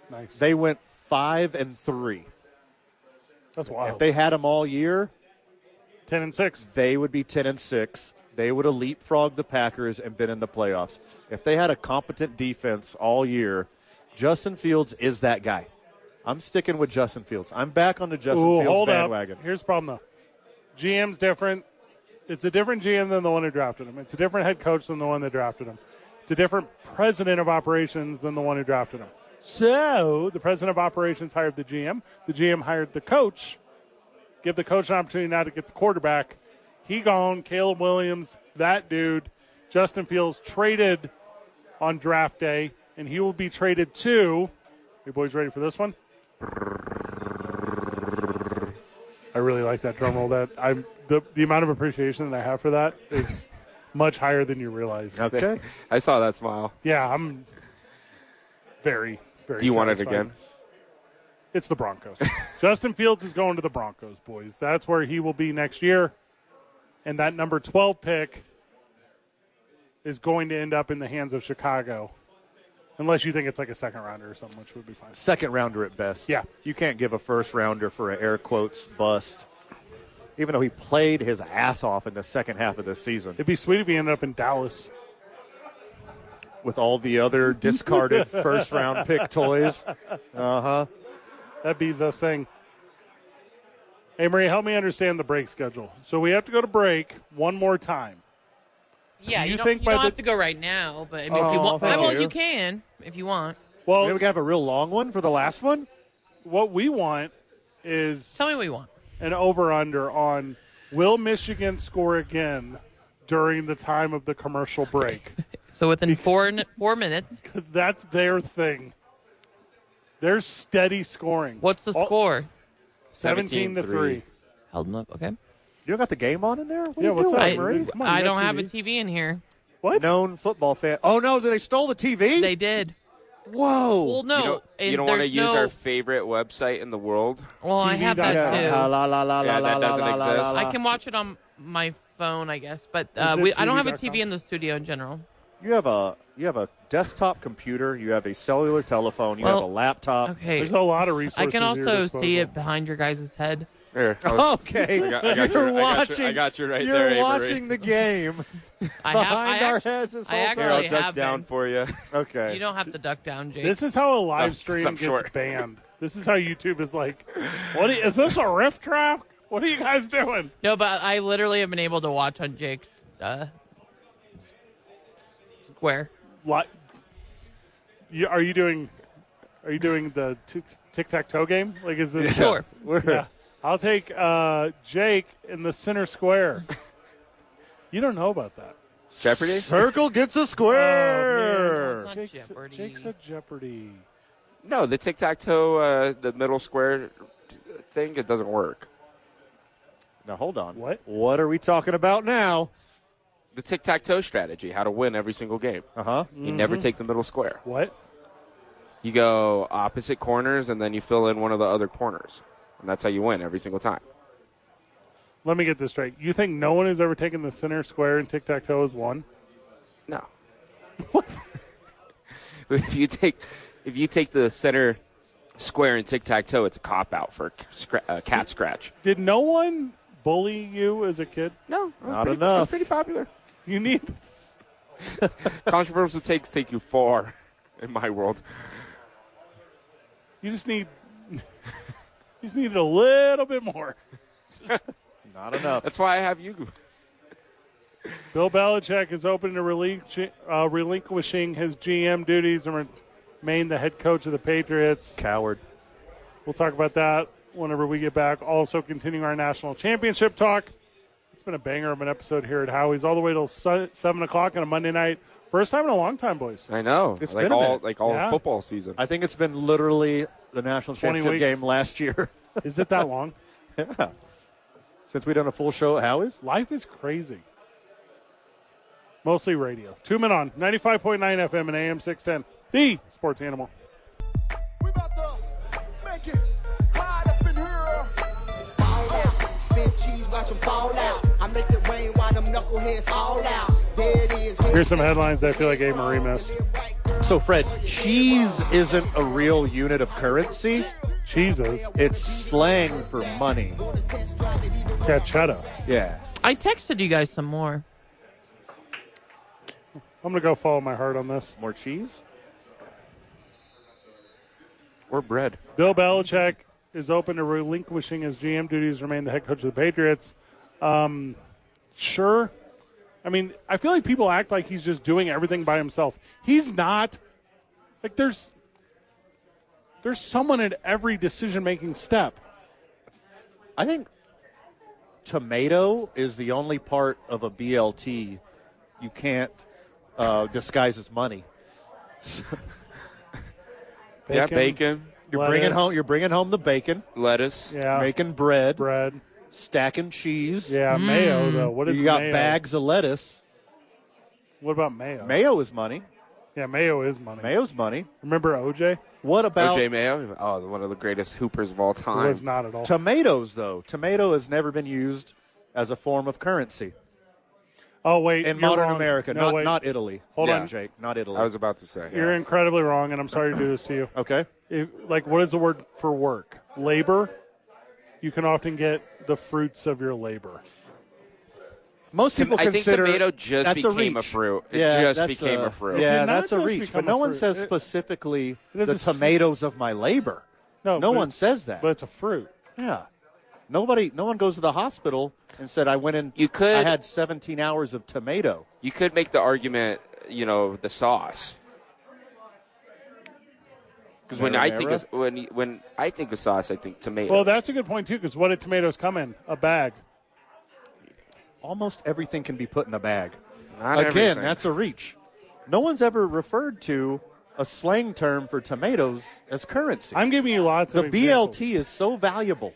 Speaker 2: Nice.
Speaker 3: they went five and three.
Speaker 2: That's wild.
Speaker 3: If they had him all year,
Speaker 2: Ten and six.
Speaker 3: they would be ten and six. They would have leapfrogged the Packers and been in the playoffs. If they had a competent defense all year, Justin Fields is that guy. I'm sticking with Justin Fields. I'm back on the Justin
Speaker 2: Ooh,
Speaker 3: Fields
Speaker 2: hold
Speaker 3: bandwagon.
Speaker 2: up. Here's the problem though. GM's different. It's a different GM than the one who drafted him. It's a different head coach than the one that drafted him. It's a different president of operations than the one who drafted him. So the president of operations hired the GM. The GM hired the coach. Give the coach an opportunity now to get the quarterback. He gone. Caleb Williams, that dude. Justin Fields traded on draft day, and he will be traded to. You boys ready for this one? I really like that drum roll. That I'm the the amount of appreciation that I have for that is much higher than you realize.
Speaker 3: Okay.
Speaker 4: I saw that smile.
Speaker 2: Yeah, I'm very very.
Speaker 4: Do you want it
Speaker 2: satisfied.
Speaker 4: again?
Speaker 2: It's the Broncos. [LAUGHS] Justin Fields is going to the Broncos, boys. That's where he will be next year, and that number twelve pick is going to end up in the hands of Chicago, unless you think it's like a second rounder or something, which would be fine.
Speaker 3: Second rounder at best.
Speaker 2: Yeah.
Speaker 3: You can't give a first rounder for an air quotes bust. Even though he played his ass off in the second half of the season.
Speaker 2: It'd be sweet if he ended up in Dallas.
Speaker 3: with all
Speaker 2: [LAUGHS]
Speaker 3: the other discarded first round pick toys.
Speaker 2: That'd be the thing. Hey, Marie, help me understand the break schedule. So we have to go to break one more time.
Speaker 5: Yeah,
Speaker 2: You
Speaker 5: you, don't,
Speaker 2: think
Speaker 5: you
Speaker 2: by
Speaker 5: don't
Speaker 2: the-
Speaker 5: have to go right now, but I mean, if you
Speaker 3: Oh,
Speaker 5: want,
Speaker 3: thank
Speaker 5: well,
Speaker 3: you.
Speaker 5: you can if you want.
Speaker 3: Maybe we
Speaker 2: Well,
Speaker 3: can have a real long one for the last one.
Speaker 2: what we want is
Speaker 5: Tell me what you want.
Speaker 2: an over under on will Michigan score again during the time of the commercial
Speaker 5: [LAUGHS]
Speaker 2: break?
Speaker 5: So within four n- four minutes,
Speaker 2: Because that's their thing. They're steady scoring.
Speaker 5: what's the
Speaker 2: All-
Speaker 5: score?
Speaker 2: 17 to 3.
Speaker 5: Held them up, okay.
Speaker 3: You don't got the game on in there? What are
Speaker 2: Yeah,
Speaker 3: you
Speaker 2: what's
Speaker 3: doing,
Speaker 2: up,
Speaker 5: I,
Speaker 2: Marie?
Speaker 3: Murray?
Speaker 2: Come on,
Speaker 5: I
Speaker 2: you got
Speaker 5: don't have a
Speaker 2: TV.
Speaker 5: TV in here.
Speaker 2: What?
Speaker 3: Known football fan. Oh no, they stole the TV.
Speaker 5: They did.
Speaker 3: Whoa.
Speaker 5: Well, no,
Speaker 4: you don't, you
Speaker 5: and
Speaker 4: don't wanna
Speaker 5: there's
Speaker 4: use
Speaker 5: no-
Speaker 4: our favorite website in the world?
Speaker 5: Well, I have
Speaker 2: TV.com.
Speaker 5: that too.
Speaker 3: La, la, la, la,
Speaker 4: Yeah,
Speaker 3: la, la,
Speaker 4: that doesn't
Speaker 3: la, la,
Speaker 4: exist.
Speaker 3: la,
Speaker 5: I
Speaker 3: la.
Speaker 5: can watch it on my phone, I guess. But uh,
Speaker 2: Uh, Is it
Speaker 5: we, I don't have a
Speaker 2: TV.com?
Speaker 5: TV in the studio in general.
Speaker 3: You have a you have a desktop computer. You have a cellular telephone. You
Speaker 5: Well,
Speaker 3: have a laptop.
Speaker 5: Okay.
Speaker 2: There's a lot of resources.
Speaker 5: I can
Speaker 2: at your
Speaker 5: also see
Speaker 2: disposal.
Speaker 5: it behind your guys' head.
Speaker 4: [LAUGHS] Here,
Speaker 5: Oh,
Speaker 4: I'll-
Speaker 3: Okay.
Speaker 4: I got-
Speaker 3: you're
Speaker 4: I got your- I got your- I
Speaker 3: watching.
Speaker 4: got you right
Speaker 3: you're
Speaker 4: there, Avery.
Speaker 3: watching the game
Speaker 5: [LAUGHS] I have, I
Speaker 3: behind our
Speaker 5: act-
Speaker 3: heads this
Speaker 5: I
Speaker 3: whole
Speaker 4: here,
Speaker 5: actually-
Speaker 4: I'll
Speaker 5: really
Speaker 4: duck
Speaker 5: have
Speaker 4: down
Speaker 5: been.
Speaker 4: for you.
Speaker 3: time. Okay.
Speaker 5: You don't have to duck down, Jake.
Speaker 2: This is how a live
Speaker 4: No,
Speaker 2: stream
Speaker 4: I'm
Speaker 2: gets
Speaker 4: short.
Speaker 2: banned. This is how YouTube is like, what i- is this a riff track? What are you guys doing?
Speaker 5: No, but I literally have been able to watch on Jake's uh, s- square.
Speaker 2: [LAUGHS] What? You, are you doing? Are you doing the tic tac toe game? Like, is this?
Speaker 5: Sure.
Speaker 3: We're-
Speaker 2: Yeah. I'll take uh, Jake in the center square. [LAUGHS] you don't know about that.
Speaker 4: [LAUGHS] Jeopardy?
Speaker 3: Circle gets a
Speaker 2: Oh,
Speaker 5: Oh,
Speaker 3: square.
Speaker 5: It's not
Speaker 2: Jake's,
Speaker 5: Jeopardy.
Speaker 2: Jake's a Jeopardy.
Speaker 4: No, the tic tac toe, uh, the middle square thing, it doesn't work.
Speaker 3: now hold on.
Speaker 2: What?
Speaker 3: What are we talking about now?
Speaker 4: The tic tac toe strategy, how to win every single game.
Speaker 3: Uh huh.
Speaker 4: You never take the middle square.
Speaker 2: What?
Speaker 4: You go opposite corners and then you fill in one of the other corners. And that's how you win every single time.
Speaker 2: Let me get this straight. You think no one has ever taken the center square and tic tac toe as one?
Speaker 4: [LAUGHS] No. What? [LAUGHS] if you take if you take the center square and tic tac toe, it's a cop out for a scra- a cat scratch.
Speaker 2: Did no one bully you as a kid?
Speaker 4: No, I was
Speaker 3: Not
Speaker 4: pretty, I was
Speaker 3: enough.
Speaker 4: pretty popular.
Speaker 2: You need.
Speaker 4: [LAUGHS] Controversial takes take you far [LAUGHS] in my world.
Speaker 2: You just need. [LAUGHS] you just need a little bit more.
Speaker 3: Not enough.
Speaker 4: That's why I have you.
Speaker 2: Bill Belichick is open to relinqu- uh, relinquishing his GM duties and remain the head coach of the Patriots.
Speaker 3: [LAUGHS] Coward.
Speaker 2: We'll talk about that whenever we get back. Also, continuing our national championship talk. It's been a banger of an episode here at Howie's, all the way till se- seven o'clock on a Monday night. First time in a long time, boys.
Speaker 4: I know.
Speaker 3: It's
Speaker 4: like
Speaker 3: been a
Speaker 4: all
Speaker 3: minute.
Speaker 4: like all
Speaker 2: Yeah.
Speaker 4: football season.
Speaker 3: I think it's been literally the national
Speaker 2: 20
Speaker 3: championship
Speaker 2: weeks.
Speaker 3: game last year
Speaker 2: [LAUGHS]
Speaker 3: [LAUGHS]
Speaker 2: Is it that long?
Speaker 3: since we done a full show at Howie's.
Speaker 2: Life is crazy. Mostly radio. Two men on 95.9 FM and AM 610. The sports animal.
Speaker 6: We about to make it hot up in here.
Speaker 7: Ball out. Spin cheese, watch 'em fall out. I make it rain while them knuckleheads all out. There it is.
Speaker 2: Here's some headlines that I feel like Abe Marie missed.
Speaker 3: So Fred, cheese isn't a real unit of currency.
Speaker 2: Jesus.
Speaker 3: It's slang for money.
Speaker 2: Cachetta.
Speaker 3: Yeah.
Speaker 5: I texted you guys some more.
Speaker 2: I'm going to go follow my heart on this.
Speaker 3: More cheese?
Speaker 4: We're bread.
Speaker 2: Bill Belichick is open to relinquishing his GM duties, remain the head coach of the Patriots. Um, sure. I mean, I feel like people act like he's just doing everything by himself. He's not. Like there's there's someone at every decision making step.
Speaker 3: I think tomato is the only part of a BLT you can't uh, disguise as money.
Speaker 4: Yeah, bacon,
Speaker 3: You're
Speaker 2: Lettuce.
Speaker 3: bringing home. You're bringing home the bacon,
Speaker 4: lettuce.
Speaker 2: Yeah.
Speaker 3: making bread,
Speaker 2: bread.
Speaker 3: stacking cheese.
Speaker 2: Yeah, mayo though. What is
Speaker 3: Mm. You got
Speaker 2: mayo?
Speaker 3: bags of lettuce.
Speaker 2: What about mayo?
Speaker 3: Mayo is money.
Speaker 2: yeah, mayo is money.
Speaker 3: Mayo's money.
Speaker 2: Remember OJ?
Speaker 3: What about
Speaker 4: OJ Mayo. Oh, one of the greatest hoopers of all
Speaker 2: It
Speaker 4: time.
Speaker 2: was not at all.
Speaker 3: tomatoes, though? Tomato has never been used as a form of currency
Speaker 2: oh wait,
Speaker 3: in
Speaker 2: you're
Speaker 3: modern
Speaker 2: wrong.
Speaker 3: America.
Speaker 2: No,
Speaker 3: not
Speaker 2: wait.
Speaker 3: not Italy.
Speaker 2: Hold
Speaker 4: Yeah. on.
Speaker 3: Jake. Not Italy.
Speaker 4: I was about to say.
Speaker 2: You're
Speaker 4: yeah.
Speaker 2: incredibly wrong, and I'm sorry to do this to you.
Speaker 3: okay.
Speaker 2: If- like what is the word for work labor you can often get the fruits of your labor
Speaker 3: Most people
Speaker 4: I think
Speaker 3: consider
Speaker 4: tomato just
Speaker 3: that's
Speaker 4: became a
Speaker 3: reach.
Speaker 4: fruit. It
Speaker 3: yeah,
Speaker 4: just
Speaker 3: that's
Speaker 4: became
Speaker 3: a,
Speaker 4: a fruit. It
Speaker 3: Yeah,
Speaker 2: did not
Speaker 3: that's a
Speaker 2: just
Speaker 3: reach.
Speaker 2: become
Speaker 3: But
Speaker 2: a
Speaker 3: no one
Speaker 2: fruit.
Speaker 3: says
Speaker 2: It-
Speaker 3: specifically
Speaker 2: is
Speaker 3: the
Speaker 2: a s-
Speaker 3: tomatoes of my labor.
Speaker 2: No,
Speaker 3: no
Speaker 2: but-
Speaker 3: one says that.
Speaker 2: but it's a fruit
Speaker 3: yeah, nobody, no one goes to the hospital and said I went in.
Speaker 4: You could-
Speaker 3: I had 17 hours of tomato.
Speaker 4: You could make the argument, you know, the sauce. Because when I think of,
Speaker 3: Marinara?
Speaker 4: when you- when I think of sauce, I think tomato.
Speaker 2: well that's a good point too because what did tomatoes come in a bag
Speaker 3: almost everything can be put in a bag.
Speaker 4: Not
Speaker 3: Again,
Speaker 4: everything.
Speaker 3: that's a reach. No one's ever referred to a slang term for tomatoes as currency.
Speaker 2: i'm giving you lots
Speaker 3: the
Speaker 2: of examples.
Speaker 3: BLT is so valuable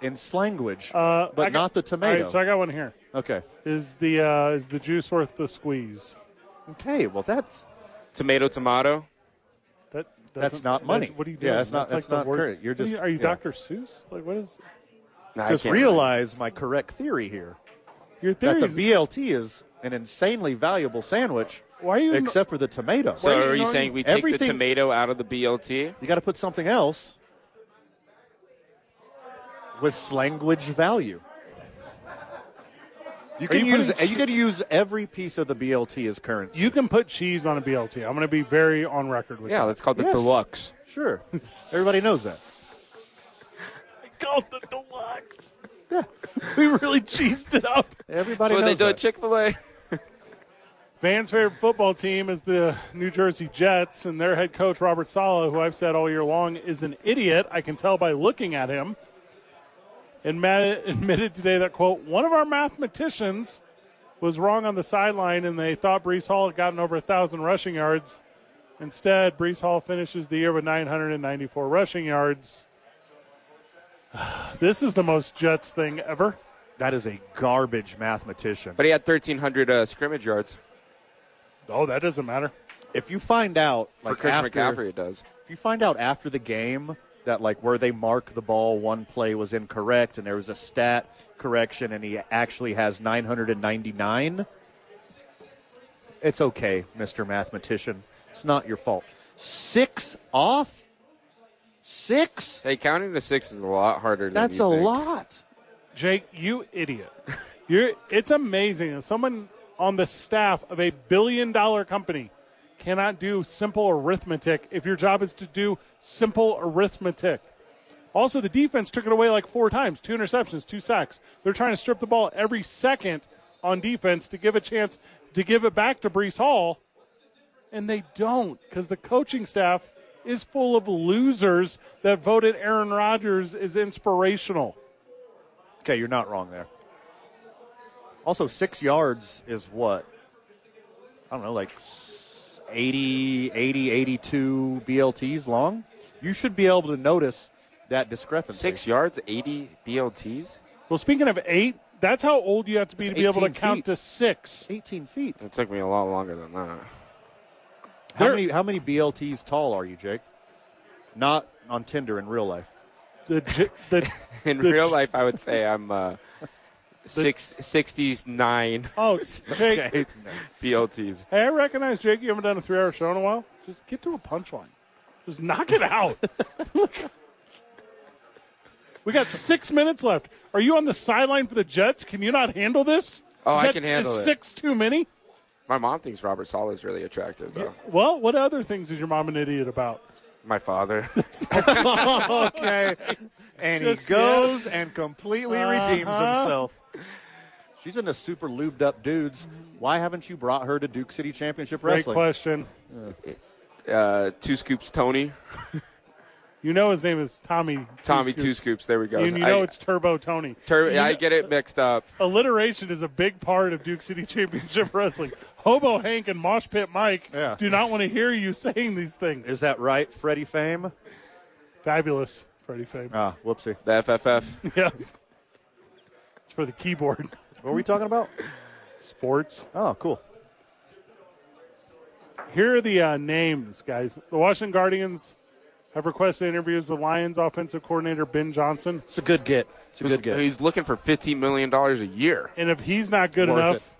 Speaker 3: in slanguage,
Speaker 2: uh,
Speaker 3: but
Speaker 2: I got-
Speaker 3: not the tomato.
Speaker 2: all right, so i got one here
Speaker 3: okay.
Speaker 2: is the uh, is the juice worth the squeeze
Speaker 3: Okay. Well, that's
Speaker 4: tomato, tomato.
Speaker 2: that
Speaker 3: That's
Speaker 2: doesn't-
Speaker 3: not money.
Speaker 2: what are you
Speaker 3: Yeah,
Speaker 2: doing
Speaker 3: that's not- that's
Speaker 2: like
Speaker 3: not
Speaker 2: the word.
Speaker 3: current. You're
Speaker 2: What are you-
Speaker 3: just-
Speaker 2: are you
Speaker 3: yeah.
Speaker 2: dr seuss like what is
Speaker 4: Nah, I
Speaker 3: just
Speaker 4: can't
Speaker 3: realize my correct theory here
Speaker 2: your
Speaker 3: that
Speaker 2: theory
Speaker 3: the BLT is an insanely valuable sandwich,
Speaker 2: why are you
Speaker 3: except for the tomato.
Speaker 4: So
Speaker 2: Why are you
Speaker 4: are you
Speaker 2: ignoring
Speaker 4: saying we take the
Speaker 3: everything-
Speaker 4: tomato out of the BLT?
Speaker 3: You got to put something else with slanguage value. You can
Speaker 2: you
Speaker 3: use
Speaker 2: putting-
Speaker 3: you could use every piece of the BLT as currency.
Speaker 2: you can put cheese on a blt i'm going to be very on record with
Speaker 4: Yeah, let's call it the
Speaker 3: Yes.
Speaker 4: deluxe.
Speaker 3: sure, everybody knows that.
Speaker 2: that. called the deluxe We really cheesed it up.
Speaker 3: Everybody
Speaker 4: That's what they
Speaker 3: knows
Speaker 4: do
Speaker 3: that.
Speaker 4: at Chick Fil A.
Speaker 2: Van's favorite football team is the New Jersey Jets, and their head coach, Robert Sala, who I've said all year long is an idiot. I can tell by looking at him. And Matt admitted today that, quote, one of our mathematicians was wrong on the sideline, and they thought Brees Hall had gotten over 1,000 rushing yards. Instead, Brees Hall finishes the year with 994 rushing yards. [SIGHS] This is the most Jets thing ever.
Speaker 3: That is a garbage mathematician.
Speaker 4: But he had 1,300 uh, scrimmage yards
Speaker 2: Oh, that doesn't matter.
Speaker 3: If you find out,
Speaker 4: for
Speaker 3: like
Speaker 4: Christian
Speaker 3: after,
Speaker 4: McCaffrey. It does.
Speaker 3: if you find out after the game that like where they mark the ball one play was incorrect and there was a stat correction and he actually has 999 it's okay mr mathematician it's not your fault six off six
Speaker 4: Hey, counting to six is a lot harder. Than
Speaker 3: that's a
Speaker 4: you think.
Speaker 3: lot
Speaker 2: Jake, you idiot. You're, it's amazing that someone on the staff of a billion dollar company cannot do simple arithmetic if your job is to do simple arithmetic. Also, the defense took it away like four times two interceptions, two sacks. They're trying to strip the ball every second on defense to give a chance to give it back to Brees Hall, and they don't because the coaching staff is full of losers that voted Aaron Rodgers is inspirational.
Speaker 3: okay you're not wrong there also six yards is what i don't know like s- 80 80 82 blts long you should be able to notice that discrepancy
Speaker 4: Six yards, 80 BLTs.
Speaker 2: Well, speaking of eight, that's how old you have to be to be able to
Speaker 3: 18
Speaker 2: count
Speaker 3: feet.
Speaker 2: to six.
Speaker 3: 18 feet.
Speaker 4: It took me a lot longer than that. [LAUGHS]
Speaker 3: How
Speaker 2: There-
Speaker 3: many how many BLTs tall are you, Jake? Not on Tinder in real life.
Speaker 2: The, j-
Speaker 4: [LAUGHS]
Speaker 2: the,
Speaker 4: In
Speaker 2: The
Speaker 4: real
Speaker 2: ch-
Speaker 4: life, I would say I'm uh, six, [LAUGHS] 69
Speaker 2: oh, s- Jake,
Speaker 4: BLTs.
Speaker 2: hey, I recognize Jake. You haven't done a three-hour show in a while. Just get to a punchline. Just knock it out. [LAUGHS] we got six minutes left. Are you on the sideline for the Jets? Can you not handle this?
Speaker 4: Oh,
Speaker 2: Is
Speaker 4: I
Speaker 2: that-
Speaker 4: can handle
Speaker 2: is
Speaker 4: it.
Speaker 2: Six too many.
Speaker 4: My mom thinks Robert Sala is really attractive, though.
Speaker 2: Well, what other things is your mom an idiot about?
Speaker 4: My father.
Speaker 3: [LAUGHS] okay. And
Speaker 2: Just-
Speaker 3: he goes and completely redeems
Speaker 2: Uh-huh.
Speaker 3: himself. She's into super lubed up dudes. Why haven't you brought her to Duke City Championship
Speaker 2: Great
Speaker 3: Wrestling?
Speaker 2: question.
Speaker 4: uh, two scoops, Tony.
Speaker 2: You know his name is Tommy.
Speaker 4: Tommy,
Speaker 2: Two
Speaker 4: two
Speaker 2: Scoops.
Speaker 4: scoops. There we go.
Speaker 2: And you
Speaker 4: I-
Speaker 2: know it's Turbo Tony.
Speaker 4: Tur-
Speaker 2: You
Speaker 4: I
Speaker 2: know-
Speaker 4: get it mixed up.
Speaker 2: alliteration is a big part of Duke City [LAUGHS] Championship Wrestling. Hobo Hank and Mosh Pit Mike
Speaker 3: Yeah.
Speaker 2: do not want to hear you saying these things.
Speaker 3: Is that right, Freddie Fame?
Speaker 2: fabulous, Freddie Fame.
Speaker 3: Ah, whoopsie.
Speaker 4: The
Speaker 2: [LAUGHS]
Speaker 4: FFF.
Speaker 2: yeah. It's for the keyboard.
Speaker 3: What were we talking about?
Speaker 2: Sports.
Speaker 3: Oh, cool.
Speaker 2: Here are the uh, names, guys. The Washington Guardians have requested interviews with Lions offensive coordinator Ben Johnson.
Speaker 3: It's a good get. It's a
Speaker 4: Who's-
Speaker 3: good get.
Speaker 4: He's looking for $15 million a year.
Speaker 2: And if he's not good
Speaker 3: Worth
Speaker 2: enough,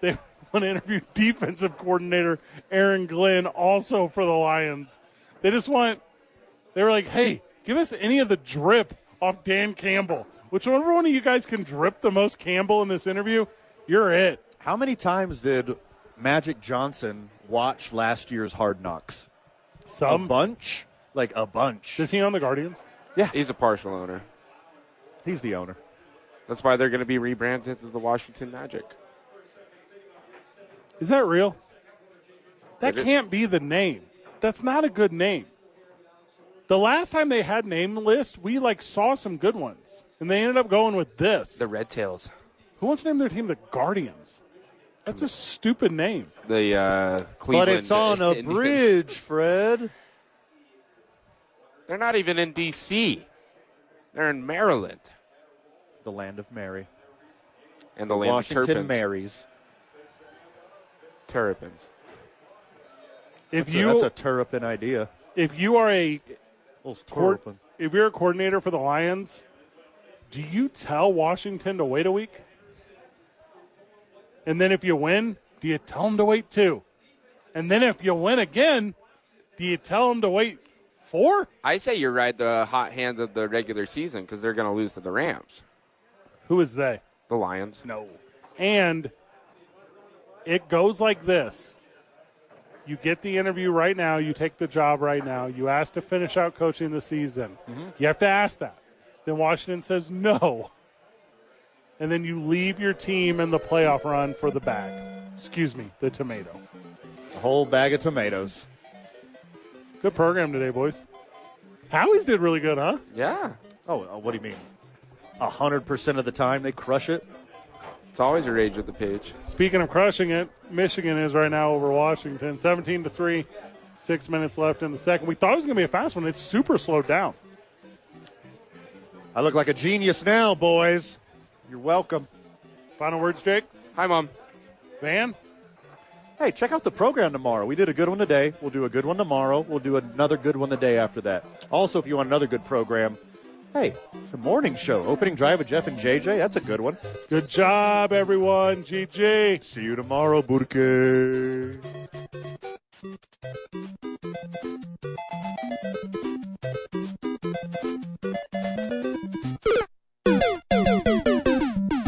Speaker 2: they [LAUGHS] want to interview defensive coordinator Aaron Glenn, also for the Lions. They just want, they were like, hey, give us any of the drip off Dan Campbell. Whichever one of you guys can drip the most Campbell in this interview, you're it.
Speaker 3: How many times did Magic Johnson watch last year's Hard Knocks? A
Speaker 2: Some.
Speaker 3: bunch? Like a bunch.
Speaker 2: Is he on the Guardians?
Speaker 4: He's a partial owner.
Speaker 3: He's the owner.
Speaker 4: That's why they're going to be rebranded to the Washington Magic.
Speaker 2: Is that real? That
Speaker 4: It is.
Speaker 2: can't be the name. That's not a good name. The last time they had name list, we like saw some good ones, and they ended up going with this.
Speaker 4: The Red Tails.
Speaker 2: Who wants to name their team the Guardians? That's a stupid name.
Speaker 4: The uh,
Speaker 3: But
Speaker 4: Cleveland.
Speaker 3: it's on a
Speaker 4: Indians.
Speaker 3: bridge, Fred.
Speaker 4: They're not even in D.C., they're in Maryland
Speaker 3: The land of Mary.
Speaker 4: and the, land of
Speaker 3: Washington
Speaker 4: Turpins.
Speaker 3: Marys.
Speaker 4: Turpins.
Speaker 2: If
Speaker 3: That's,
Speaker 2: you
Speaker 3: a, that's a turpin idea.
Speaker 2: if you are a
Speaker 3: Little
Speaker 2: coor-
Speaker 3: turpin.
Speaker 2: if you're a coordinator for the Lions, do you tell Washington to wait a week? And then if you win, do you tell them to wait two? And then if you win again, do you tell them to wait four?
Speaker 4: I say you ride the hot hand of the regular season because they're going to lose to the Rams,
Speaker 2: Who is they?
Speaker 4: the Lions.
Speaker 2: No. And it goes like this. You get the interview right now, you take the job right now, you ask to finish out coaching the season. You have to ask that. Then Washington says no. and then you leave your team in the playoff run for the bag. Excuse me, the tomato.
Speaker 3: A whole bag of tomatoes.
Speaker 2: Good program today, boys. Howie's did really good, huh?
Speaker 4: Yeah.
Speaker 3: Oh, uh, what do you mean? A hundred percent of the time they crush it.
Speaker 4: It's always a rage of the page.
Speaker 2: Speaking of crushing it, Michigan is right now over Washington, 17 to three. Six minutes left in the second. We thought it was going to be a fast one. It's super slowed down.
Speaker 3: I look like a genius now, boys. You're welcome.
Speaker 2: Final words, Jake.
Speaker 4: Hi, mom.
Speaker 2: Van.
Speaker 3: Hey, check out the program tomorrow. We did a good one today. We'll do a good one tomorrow. We'll do another good one the day after that. Also, if you want another good program, hey, the morning show, opening drive with Jeff and JJ. That's a good one.
Speaker 2: Good job, everyone. GG.
Speaker 3: See you tomorrow, Burke.